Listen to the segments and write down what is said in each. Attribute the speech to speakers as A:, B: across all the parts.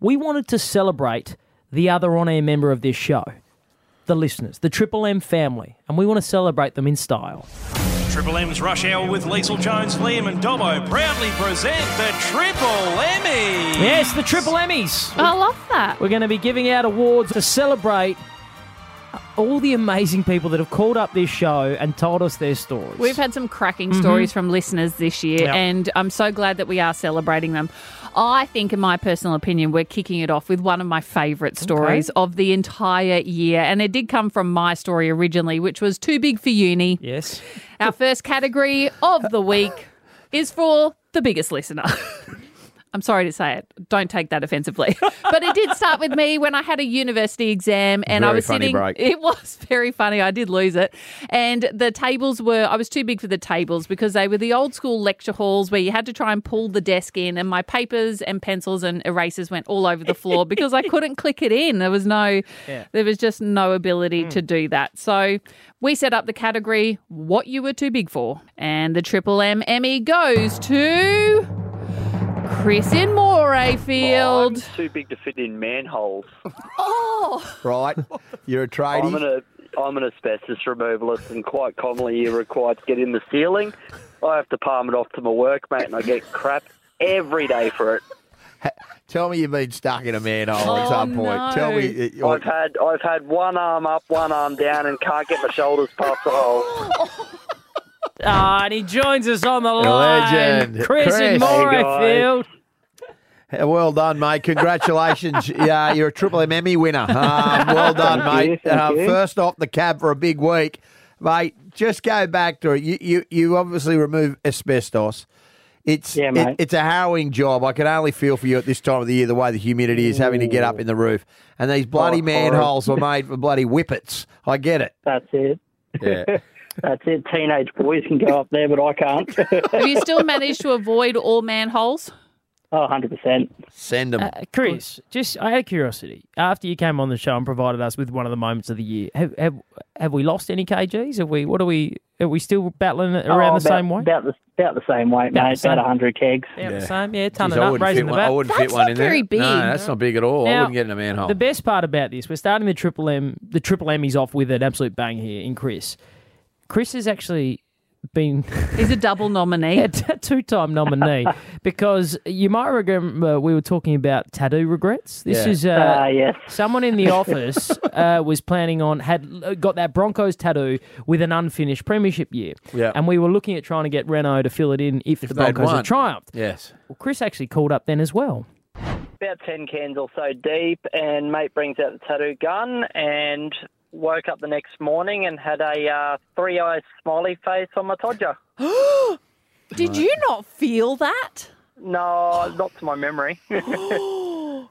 A: we wanted to celebrate the other on air member of this show, the listeners, the Triple M family, and we want to celebrate them in style.
B: Triple M's Rush Hour with Liesl Jones, Liam, and Dobbo proudly present the Triple Emmy.
A: Yes, the Triple Emmys.
C: I love that.
A: We're going to be giving out awards to celebrate all the amazing people that have called up this show and told us their stories.
C: We've had some cracking stories from listeners this year,
A: Yeah.
C: and I'm so glad that we are celebrating them. I think, in my personal opinion, we're kicking it off with one of my favourite stories of the entire year. And it did come from my story originally, which was Too Big for Uni.
A: yes.
C: Our first category of the week is for the biggest listener. I'm sorry to say it. Don't take that offensively. But it did start with me when I had a university exam and I
D: Very
C: was
D: funny
C: sitting.
D: break.
C: It was very funny. I did lose it. And the tables were, I was too big for the tables because they were the old school lecture halls where you had to try and pull the desk in. And my papers and pencils and erasers went all over the floor because I couldn't click it in. There was no, there was just no ability
D: Hmm.
C: to do that. So we set up the category, what you were too big for. And the Triple M Emmy goes to. Chris in eh, Morayfield.
E: I'm too big to fit in manholes.
C: Oh,
D: right? You're a
E: I'm
D: tradie.
E: an, I'm an asbestos removalist, and quite commonly you're required to get in the ceiling. I have to palm it off to my workmate, and I get crap every day for it.
D: Tell me you've been stuck in a manhole at
C: Oh,
D: some point.
C: no.
D: Tell me. it- you're-
E: I've had I've had one arm up, one arm down, and can't get my shoulders past the hole.
A: Ah, and he joins us on the line.
D: legend.
A: Chris, in
D: Chris. Hey,
E: guys.
A: Morayfield.
D: Well done, mate. Congratulations. yeah, you're a Triple M Emmy winner. Um, well done,
E: you,
D: mate.
E: thank
D: Uh,
E: you.
D: first off the cab for a big week. Mate, just go back to it. You you, you obviously remove asbestos. It's
E: Yeah,
D: it-
E: mate.
D: it's a harrowing job. I can only feel for you at this time of the year the way the humidity is having to get up in the roof. And these bloody
E: Oh,
D: manholes were made for bloody whippets. I get it.
E: That's it.
D: Yeah.
E: That's it. Teenage boys can go up there, but I can't.
C: have you still managed to avoid all manholes?
E: oh, 100%.
D: Send them.
A: Uh, Chris, just out of curiosity, after you came on the show and provided us with one of the moments of the year, have have, have we lost any kgs? Have we? What are we? Are we still battling it around the same way?
E: Oh, About the, about the same weight,
A: About the
E: mate.
A: same.
E: About 100 kegs.
A: About the same, yeah,
D: Jeez,
A: ton
D: I
A: up,
D: wouldn't fit
A: raising the
D: one, I
A: bat.
D: wouldn't
C: That's
D: fit one
C: not
D: in
C: very
D: there.
C: big.
D: No, that's not big at all. I
A: Now,
D: wouldn't get in a manhole.
A: The best part about this, we're starting the triple M, the triple Emmys off with an absolute bang here in Chris. Chris has actually been
C: He's a double nominee.
A: a two-time nominee because you might remember we were talking about tattoo regrets. This
D: Yeah.
A: is uh,
E: Ah, yes.
A: Someone in the office uh, was planning on had uh, got that Broncos tattoo with an unfinished premiership year,
D: Yeah.
A: and we were looking at trying to get Renault to fill it in if, the
D: they'd
A: Broncos
D: won.
A: had triumphed.
D: yes.
A: Well, Chris actually called up then as well.
E: about 10 cans or so deep, and mate brings out the tattoo gun and woke up the next morning and had a uh, three eyes smiley face on my todger.
C: Did you not feel that?
E: No, not to my memory.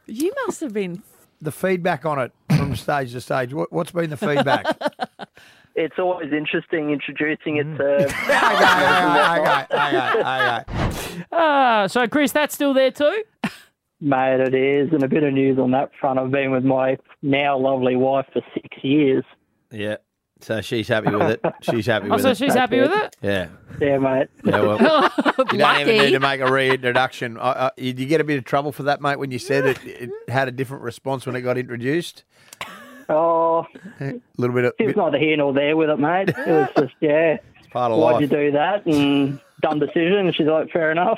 C: You must have been.
D: the feedback on it from stage to stage. What, what's been the feedback? okay,
E: it's always interesting introducing it to.
D: okay, okay, okay, okay.
A: Ah, so Chris, that's still there too.
E: mate, it is. And a bit of news on that front. I've been with my now lovely wife for six years.
D: Yeah. So she's happy with it. She's happy
A: Oh,
D: with
A: so
D: it.
A: she's happy with it.
D: Yeah.
E: Yeah, mate.
D: Yeah, well, you don't even need
C: Lucky.
D: to make a reintroduction. I, I, you, you get a bit of trouble for that, mate, when you said it, it had a different response when it got introduced.
E: Oh,
D: A little bit of
E: it's
D: bit,
E: neither here nor there with it, mate. It was just, yeah,
D: part of
E: why'd you
D: life.
E: do that? And dumb decision. And she's like, fair enough.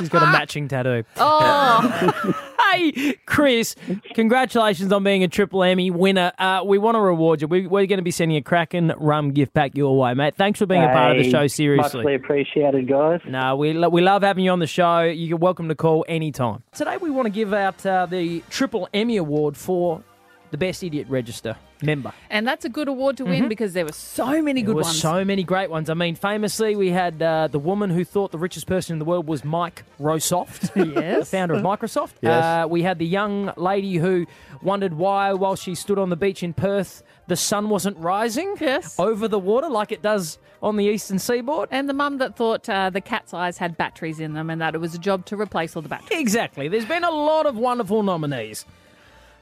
A: She's got a matching tattoo.
C: Oh,
A: Hey, Chris, congratulations on being a Triple Emmy winner. Uh, we want to reward you. We, we're going to be sending a Kraken rum gift pack your way, mate. Thanks for being a part of the
E: Hey,
A: show, seriously.
E: Muchly appreciated, guys.
A: No, we, lo- we love having you on the show. You're welcome to call anytime. Today, we want to give out uh, the Triple Emmy Award for the Best Idiot Register member.
C: and that's a good award to win because there were so many
A: There
C: good
A: were
C: ones.
A: Mm-hmm. so many great ones. I mean, famously, we had uh, the woman who thought the richest person in the world was Mike Rosoft, the founder of Microsoft. Uh,
D: Yes.
A: we had the young lady who wondered why, while she stood on the beach in Perth, the sun wasn't rising
C: Yes.
A: over the water like it does on the eastern seaboard.
C: and the mum that thought uh, the cat's eyes had batteries in them and that it was a job to replace all the batteries.
A: Exactly. There's been a lot of wonderful nominees,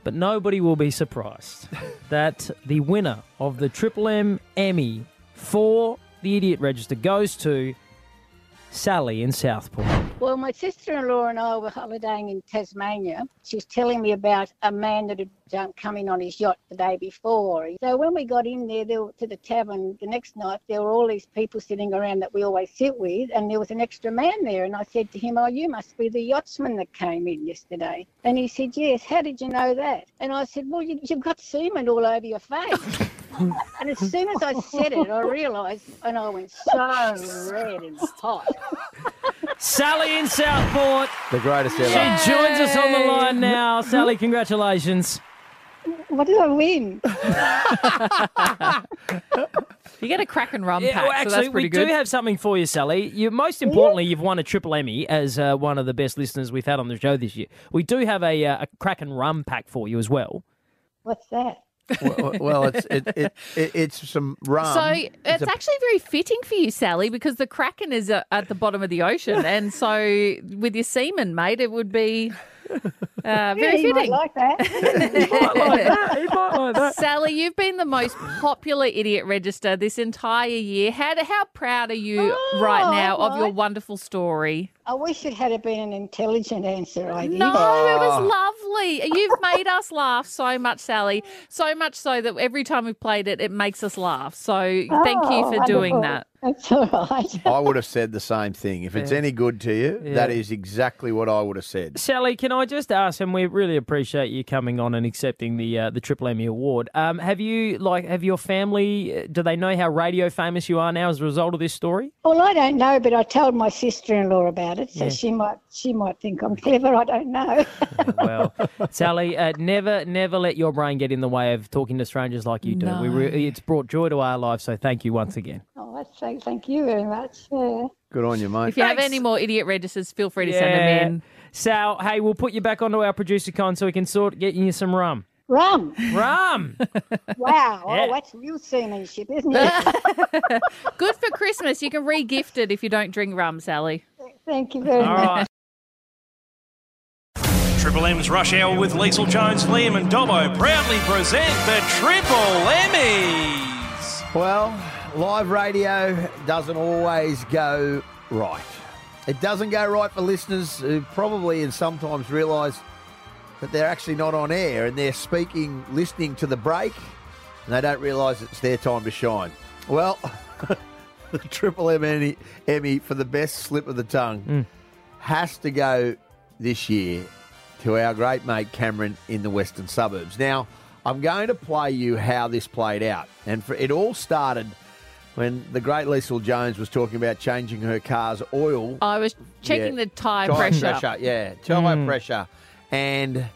A: but nobody will be surprised that the winner of the Triple M Emmy for the Idiot Register goes to Sally in Southport.
F: Well, my sister in law and I were holidaying in Tasmania. She was telling me about a man that had um, come in on his yacht the day before. So when we got in there, there were- to the tavern the next night, there were all these people sitting around that we always sit with, and there was an extra man there. And I said to him, Oh, you must be the yachtsman that came in yesterday. And he said, Yes, how did you know that? And I said, Well, you, you've got semen all over your face. and as soon as I said it, I realised, and I went so red and hot.
A: Sally in Southport.
D: The greatest ever.
A: She joins us on the
C: Yay.
A: line now. Sally, congratulations.
F: What did I win?
C: You get a crack and rum pack,
A: well,
C: so
A: actually,
C: that's pretty
A: we
C: good.
A: do have something for you, Sally. You, most importantly, you've won a triple Emmy as uh, one of the best listeners we've had on the show this year. We do have a, uh, a crack and rum pack for you as well.
F: What's that?
D: well, well, it's it, it, it, it's some rum.
A: um,
C: so
D: It's
C: it's
D: a-
C: actually very fitting for you, Sally, because the Kraken is uh, at the bottom of the ocean, and so with your semen, mate, it would be uh,
F: Yeah,
C: very
F: you might
C: fitting.
F: like that.
C: Sally, you've been the most popular idiot register this entire year. How how proud are you
F: Oh,
C: right now of your
F: alright.
C: wonderful story?
F: I wish it had been an intelligent answer. I did.
C: No, it
F: Oh.
C: was lovely. You've made us laugh so much, Sally. So much so that every time we've played it, it makes us laugh. So thank you
F: Oh,
C: for doing
F: wonderful.
C: that.
F: That's all right.
D: I would have said the same thing. If it's any good to you, that is exactly what I would have said.
A: Sally, can I just ask, and we really appreciate you coming on and accepting the uh, the Triple Emmy Award. Um, have you like have your family? uh, Do they know how radio famous you are now as a result of this story?
F: Well, I don't know, but I told my sister-in-law about it, so she might she might think I'm clever. I don't know.
A: Well, Sally, uh, never never let your brain get in the way of talking to strangers like you do. We re- it's brought joy to our lives, so thank you once again.
F: oh, that's so. Thank you very much. Yeah.
D: Good on you, mate.
C: If you have any more idiot registers, feel free to send them in.
A: Sal, hey, we'll put you back onto our producer con so we can sort get you some rum.
F: Rum.
A: Rum.
F: Wow.
A: Yeah.
F: Oh, that's real seamanship, isn't it?
C: Good for Christmas. You can re-gift it if you don't drink rum, Sally.
F: Thank you very
A: All
F: much.
A: right.
B: Triple M's Rush Hour with Liesl Jones, Liam, and Dobbo proudly present the Triple Emmys.
D: Well, live radio doesn't always go right. It doesn't go right for listeners who probably and sometimes realise that they're actually not on air and they're speaking, listening to the break, and they don't realise it's their time to shine. Well, the Triple M Emmy, Emmy for the best slip of the tongue has to go this year to our great mate Cameron in the western suburbs. Now, I'm going to play you how this played out. And for, it all started when the great Liesl Jones was talking about changing her car's oil
C: I was checking
D: Yeah.
C: the tire
D: Tire
C: pressure.
D: yeah, tire pressure. And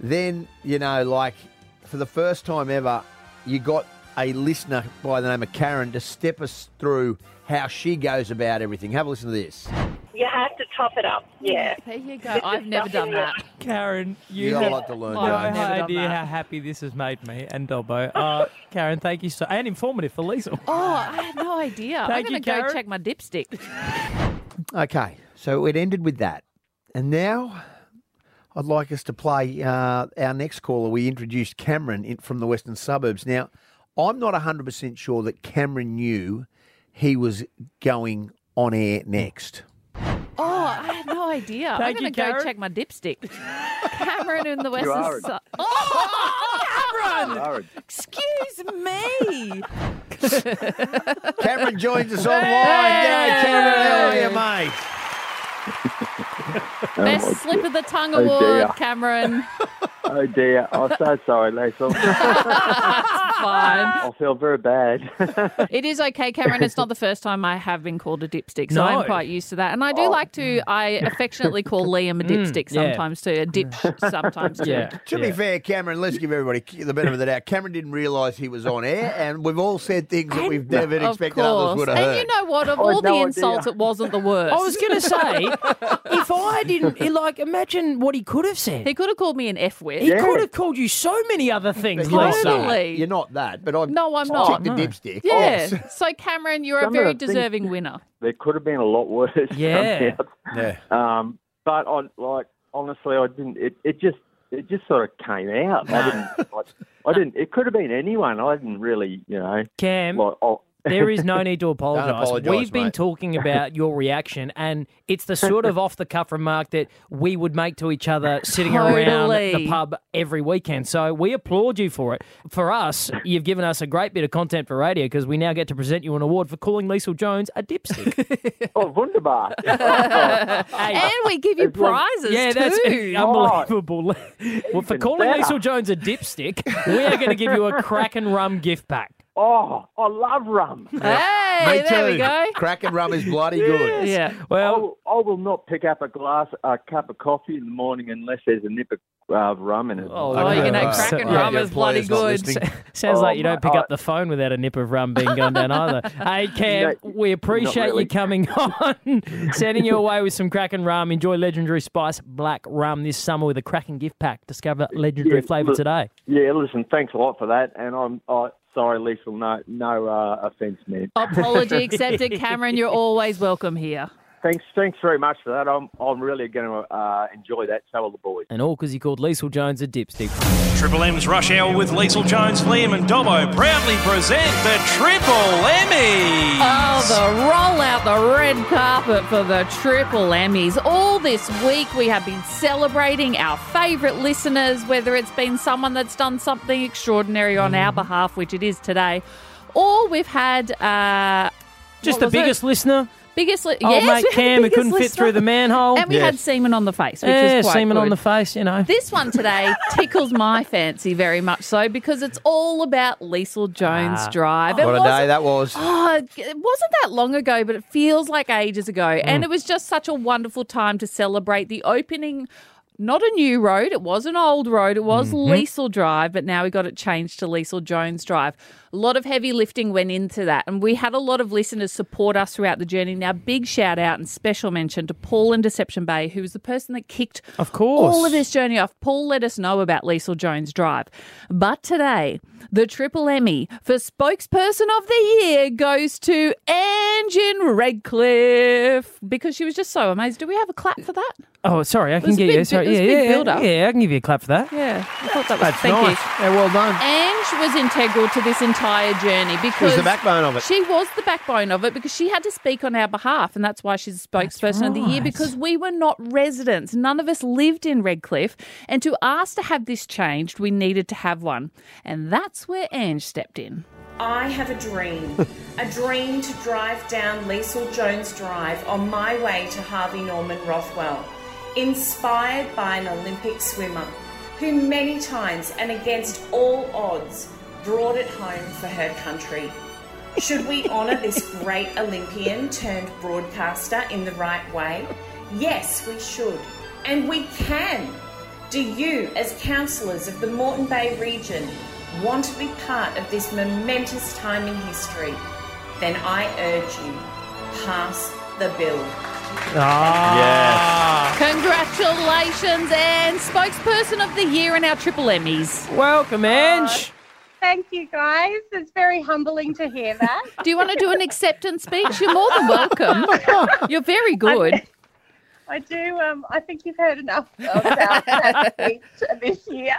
D: then, you know, like for the first time ever, you got a listener by the name of Karen to step us through how she goes about everything. Have a listen to this.
G: You have to top it up. Yeah.
C: There you go. I've never done that.
A: Karen,
D: You got a lot to learn.
C: Oh,
D: don't
A: I have
C: I've
D: you?
A: no
C: never done
A: idea
C: that.
A: how happy this has made me and Dobbo. Uh, Karen, thank you so and informative for Liesl.
C: Oh, I had no idea. I'm
A: Thank
C: going
A: you,
C: to go
A: Karen.
C: check my dipstick.
D: Okay, so it ended with that. And now I'd like us to play uh, our next caller. We introduced Cameron in, from the western suburbs. Now, I'm not 100% sure that Cameron knew he was going on air next.
C: Oh, I had no idea. I'm
A: Thank you,
C: going to go
A: Karen.
C: check my dipstick. Cameron in the Western
H: are-
C: Su- Oh, Cameron!
H: Sorry.
C: Excuse me.
D: Cameron joins us online. G'day, Cameron. How are you, mate?
C: Best slip of the tongue
H: Oh,
C: award,
H: dear.
C: Cameron.
H: Oh dear, I'm so sorry, Lethal.
C: Fine.
H: I feel very bad.
C: It is okay, Cameron. It's not the first time I have been called a dipstick, so
A: No. Oh.
C: I'm quite used to that. And I do like to, I affectionately call Liam a dipstick
A: Mm. yeah.
C: sometimes too, a dip sometimes too.
A: Yeah.
D: To be fair, Cameron, let's give everybody the benefit of the doubt. Cameron didn't realise he was on air, and we've all said things that we've never expected others would have
C: and
D: heard.
C: you know what? Of
H: I had
C: all the
H: no
C: insults,
H: idea.
C: it wasn't the worst.
A: I was going to say, if I didn't, like, imagine what he could have said.
C: he could have called me an F word.
A: He could have called you so many other things,
D: You're not
A: Lisa.
C: Totally.
D: that. You're not that, but I've
C: No, I'm
D: checked
C: not.
D: the
A: No.
D: dipstick.
C: Yeah.
D: Oh,
C: So, Cameron, you're
H: Some of
C: a very
H: the things-
C: deserving winner.
H: there could have been a lot worse.
A: Yeah.
H: coming
D: yeah.
H: out. Um, but I like honestly, I didn't. It, it just it just sort of came out. I didn't. I, I didn't. It could have been anyone. I didn't really, you know,
A: Cam,
H: like. Oh,
A: There is no need to apologise.
D: apologise,
A: We've been
D: mate.
A: talking about your reaction, and it's the sort of off the cuff remark that we would make to each other sitting around the
C: Totally.
A: pub every weekend. So we applaud you for it. For us, you've given us a great bit of content for radio because we now get to present you an award for calling Liesl Jones a dipstick.
H: Oh, wunderbar.
A: hey,
C: And we give you prizes
A: yeah,
C: too.
A: that's unbelievable. well, for calling
H: better.
A: Liesl Jones a dipstick, we are going to give you a crack and rum gift pack.
H: oh, I love rum.
C: Hey,
D: Me
C: there we
D: too.
C: go.
D: Crack and rum is bloody good.
C: Yeah.
H: I
A: Well,
H: will, I will not pick up a glass, a cup of coffee in the morning unless there's a nip of uh, rum in it.
A: Oh,
C: Oh, you
A: Okay,
C: know,
A: right.
C: crack and
A: Yeah,
C: rum
D: your
C: is bloody
D: employer's not
C: good.
D: listening.
A: Sounds
H: Oh,
A: like you
H: mate,
A: don't pick
H: I-
A: up the phone without a nip of rum being gone down either. Hey, Cam,
H: No,
A: we appreciate
H: really.
A: you coming on, sending you away with some cracking rum. Enjoy legendary spice black rum this summer with a cracking gift pack. Discover legendary
H: Yeah,
A: flavour
H: look.
A: today.
H: Yeah, listen, thanks a lot for that. And I'm I, sorry, Lisa, no, no uh, offence, man.
C: Apology accepted, Cameron. You're always welcome here.
H: Thanks, thanks very much for that. I'm, I'm really going to uh, enjoy that. So will the boys.
A: And all because you called Liesl Jones a dipstick.
B: Triple M's Rush Hour with Liesl Jones, Liam and Dobbo proudly present the Triple Emmy.
C: Oh, the roll out the red carpet for the Triple Emmys. All this week, we have been celebrating our favourite listeners, whether it's been someone that's done something extraordinary on
A: Mm.
C: our behalf, which it is today, or we've had. Uh,
A: Just
C: what
A: the
C: was it?
A: biggest listener.
C: biggest, li-
A: Old
C: yes, we had
A: Oh, mate
C: the
A: Cam who
C: biggest
A: couldn't fit
C: listener.
A: through the manhole.
C: and we had semen on the face, which
A: yeah,
C: is quite
A: semen on
C: good.
A: the face, you know.
C: This one today tickles my fancy very much so because it's all about Liesl Jones
A: Ah.
C: Drive. It
D: What a
C: wasn't-
D: day that was.
C: Oh, it wasn't that long ago, but it feels like ages ago. And it was just such a wonderful time to celebrate the opening. Not a new road, it was an old road. It was Liesl Drive, but now we got it changed to Liesl Jones Drive. A lot of heavy lifting went into that, and we had a lot of listeners support us throughout the journey. Now, big shout out and special mention to Paul in Deception Bay, who was the person that kicked
A: Of course.
C: all of this journey off. Paul let us know about Liesl Jones Drive. But today, the Triple Emmy for Spokesperson of the Year goes to Anjan Redcliffe because she was just so amazed. Do we have a clap for that?
A: oh, sorry, I can
C: was a
A: get
C: big
A: you.
C: bit-
A: Sorry,
C: it was a
A: yeah,
C: big
A: yeah,
C: build-up.
A: yeah, I can give you a clap for that.
C: Yeah, I thought that was.
D: That's
C: thank
D: nice.
C: you.
D: Yeah, well done.
C: Ange was integral to this entire journey because
D: the backbone of it.
C: She was the backbone of it because she had to speak on our behalf, and that's why she's the spokesperson of the year
A: right.
C: because we were not residents. None of us lived in Redcliffe, and to ask to have this changed, we needed to have one, and that's where Ange stepped in.
I: I have a dream. a dream to drive down Liesl Jones Drive on my way to Harvey Norman Rothwell, inspired by an Olympic swimmer who many times and against all odds brought it home for her country. Should we honour this great Olympian turned broadcaster in the right way? Yes, we should. And we can. Do you, as councillors of the Moreton Bay region, want to be part of this momentous time in history? Then I urge you, pass the bill.
C: Congratulations, Ange, spokesperson of the year in our Triple Emmys.
A: Welcome, Ange.
J: Thank you, guys. It's very humbling to hear that.
C: Do you want to do an acceptance speech? You're more than welcome. You're very good.
J: I do. Um, I think you've heard enough about that speech this year.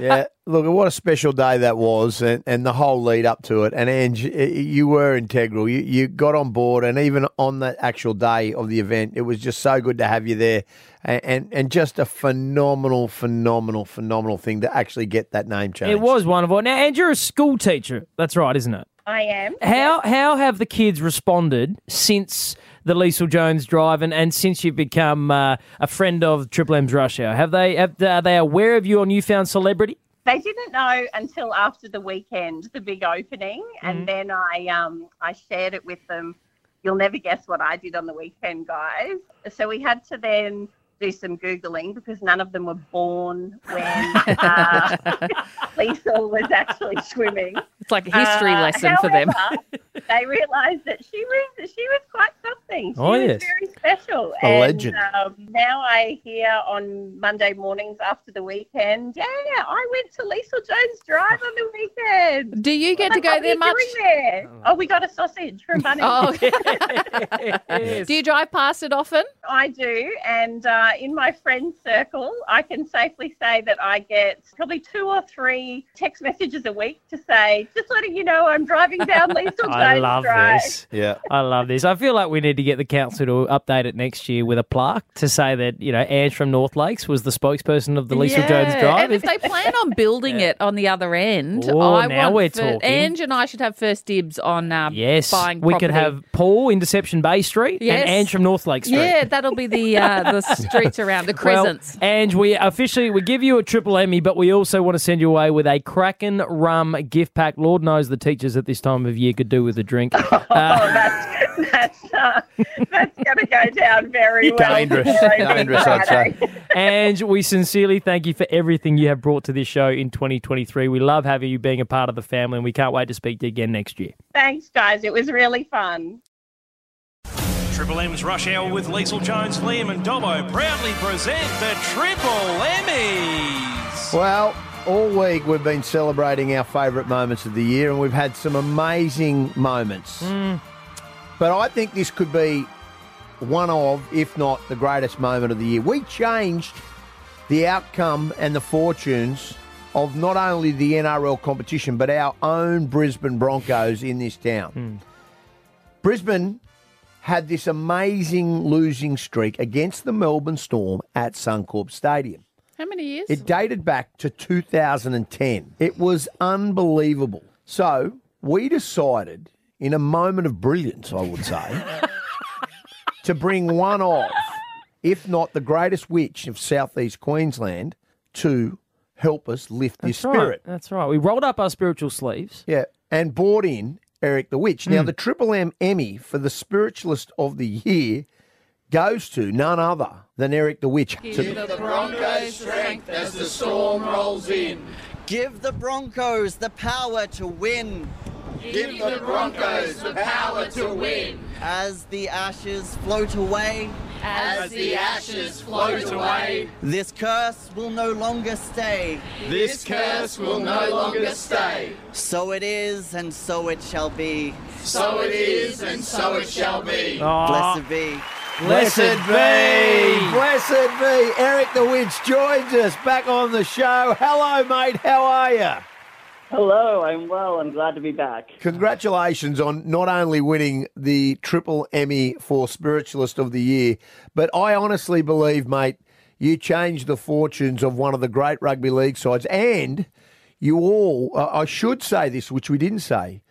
D: Yeah, look, what a special day that was, and, and the whole lead up to it. And Ange, y- you were integral. You, you got on board, and even on that actual day of the event, it was just so good to have you there, and and, and just a phenomenal, phenomenal, phenomenal thing to actually get that name changed.
A: It was wonderful. Now, Ange, you're a school teacher. That's right, isn't it?
J: I am.
A: How how have the kids responded since the Liesl Jones drive and, and since you've become uh, a friend of Triple M's Rush Hour? Have they have, are they aware of your newfound celebrity?
J: They didn't know until after the weekend, the big opening, and then I um I shared it with them. You'll never guess what I did on the weekend, guys. So we had to then do some googling because none of them were born when uh, Liesl was actually swimming.
C: It's like a history
J: Uh,
C: lesson for them.
J: however, they realised that she was she was quite something. She
A: Oh,
J: was
A: yes.
J: very special.
D: A
J: and,
D: legend.
J: Um, now I hear on Monday mornings after the weekend, yeah, I went to Liesl Jones Drive on the weekend.
C: Do you get to
J: Like, what
C: go
J: were
C: there
J: you
C: much?
J: doing there? Oh, we got a sausage from Bunnings.
C: Oh,
A: Yes.
C: do you drive past it often?
J: I do, and uh, in my friend circle, I can safely say that I get probably two or three text messages a week to say, "Just just letting you know I'm driving down Liesl Jones
A: I love
J: Drive.
A: this.
D: Yeah.
A: I love this. I feel like we need to get the council to update it next year with a plaque to say that, you know, Ange from North Lakes was the spokesperson of the Lisa Jones Drive.
C: And if they plan on building it on the other end,
A: Oh,
C: I
A: now
C: want
A: we're
C: fir-
A: talking.
C: Ange and I should have first dibs on um,
A: yes.
C: buying
A: we could
C: property.
A: have Paul in Deception Bay Street
C: Yes.
A: and Ange from North Lake Street.
C: Yeah, that'll be the uh, the streets around the crescents.
A: Well, and we officially we give you a triple Emmy, but we also want to send you away with a Kraken rum gift pack. Lord knows the teachers at this time of year could do with a drink. Uh,
J: that's that's, uh, that's going to go down very well.
D: Dangerous, I'd say.
A: Ange, we sincerely thank you for everything you have brought to this show in 2023. We love having you being a part of the family, and we can't wait to speak to you again next year.
J: Thanks, guys. It was really fun.
B: Triple M's Rush Hour with Liesl Jones, Liam and Dobbo proudly present the Triple Emmys.
D: Well, all week we've been celebrating our favourite moments of the year, and we've had some amazing moments. But I think this could be one of, if not the greatest moment of the year. We changed the outcome and the fortunes of not only the NRL competition, but our own Brisbane Broncos in this town. Brisbane had this amazing losing streak against the Melbourne Storm at Suncorp Stadium.
C: How many years?
D: It dated back to 2010. It was unbelievable. So we decided, in a moment of brilliance, I would say, to bring one of, if not the greatest witch of southeast Queensland, to help us lift this
A: That's right.
D: spirit.
A: That's right. We rolled up our spiritual sleeves.
D: Yeah, and brought in Eric the Witch.
A: Hmm.
D: Now, the Triple M Emmy for the Spiritualist of the Year goes to none other than Eric the Witch. To-
K: the Broncos strength as the storm rolls in. Give the Broncos the power to win. Give the Broncos the power to win. As the ashes float away.
L: As the ashes float away.
K: This curse will no longer stay.
L: This curse will no longer stay.
K: So it is, and so it shall be.
L: So it is, and so it shall be.
D: Aw.
K: Blessed be.
D: Blessed be. Eric the Witch joins us back on the show. Hello, mate. How are you?
M: Hello, I'm well. I'm glad to be back.
D: Congratulations on not only winning the Triple Emmy for Spiritualist of the Year, but I honestly believe, mate, you changed the fortunes of one of the great rugby league sides. And you all, uh, I should say this, which we didn't say,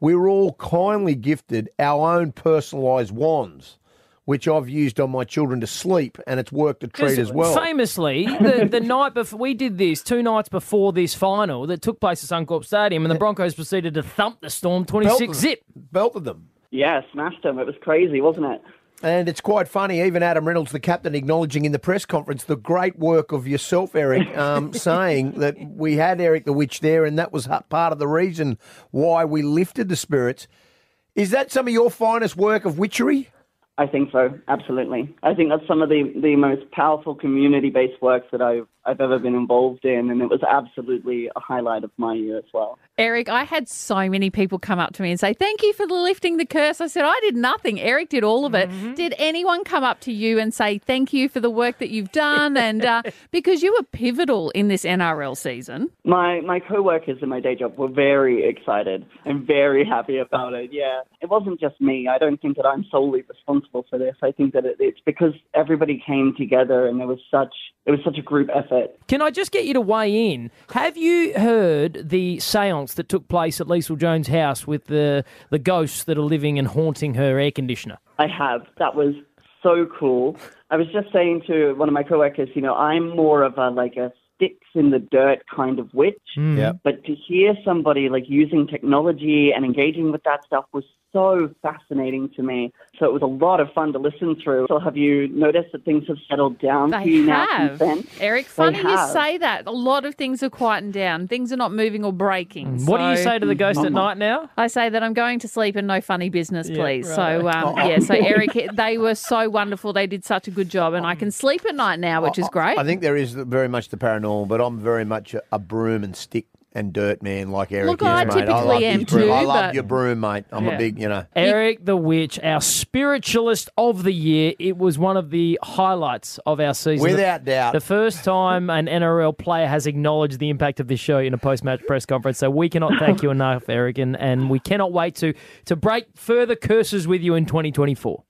D: we were all kindly gifted our own personalised wands. Which I've used on my children to sleep, and it's worked a treat as well.
A: Famously, the, the night before we did this, two nights before this final that took place at Suncorp Stadium, and the Broncos proceeded to thump the Storm 26 zip.
D: Belted them.
M: Yeah, smashed them. It was crazy, wasn't it?
D: And it's quite funny, even Adam Reynolds, the captain, acknowledging in the press conference the great work of yourself, Eric, um, saying that we had Eric the Witch there and that was ha- part of the reason why we lifted the spirits. Is that some of your finest work of witchery?
M: I think so. Absolutely. I think that's some of the, the most powerful community based works that I've, I've ever been involved in, and it was absolutely a highlight of my year as well.
C: Eric, I had so many people come up to me and say, Thank you for lifting the curse. I said, I did nothing. Eric did all of it.
A: Mm-hmm.
C: Did anyone come up to you and say, Thank you for the work that you've done? And uh, because you were pivotal in this NRL season.
M: My, my co workers in my day job were very excited and very happy about it. Yeah. It wasn't just me. I don't think that I'm solely responsible for this. I think that it, it's because everybody came together and there was such, it was such a group effort.
A: Can I just get you to weigh in? Have you heard the seance that took place at Liesl Jones' house with the, the ghosts that are living and haunting her air conditioner?
M: I have. That was so cool. I was just saying to one of my coworkers, you know, I'm more of a like a sticks in the dirt kind of witch. But to hear somebody like using technology and engaging with that stuff was so fascinating to me. So it was a lot of fun to listen through. So have you noticed that things have settled down for
C: They
M: you now
C: have.
M: since then?
C: Eric,
M: They
C: funny you
M: have.
C: say that. A lot of things are quieting down. Things are not moving or breaking.
A: What do you
C: So-
A: say to the ghost
D: mm-hmm.
A: at night now?
C: I say that I'm going to sleep and no funny business,
A: Yeah,
C: please.
A: right.
C: So, um,
A: Oh.
C: yeah, so Eric, they were so wonderful. They did such a good job, and I can sleep at night now, which is great.
D: I think there is very much the paranormal, but I'm very much a, a broom and stick and dirt man like Eric
C: Look,
D: is,
C: I
D: mate. I
C: typically
D: love
C: am
D: your broom.
C: too,
D: I love
C: but-
D: your broom, mate. I'm
A: Yeah.
D: a big, you know.
A: Eric the Witch, our spiritualist of the year. It was one of the highlights of our season.
D: Without doubt.
A: The first time an NRL player has acknowledged the impact of this show in a post match press conference. So we cannot thank you enough, Eric, and, and we cannot wait to, to break further curses with you in 2024.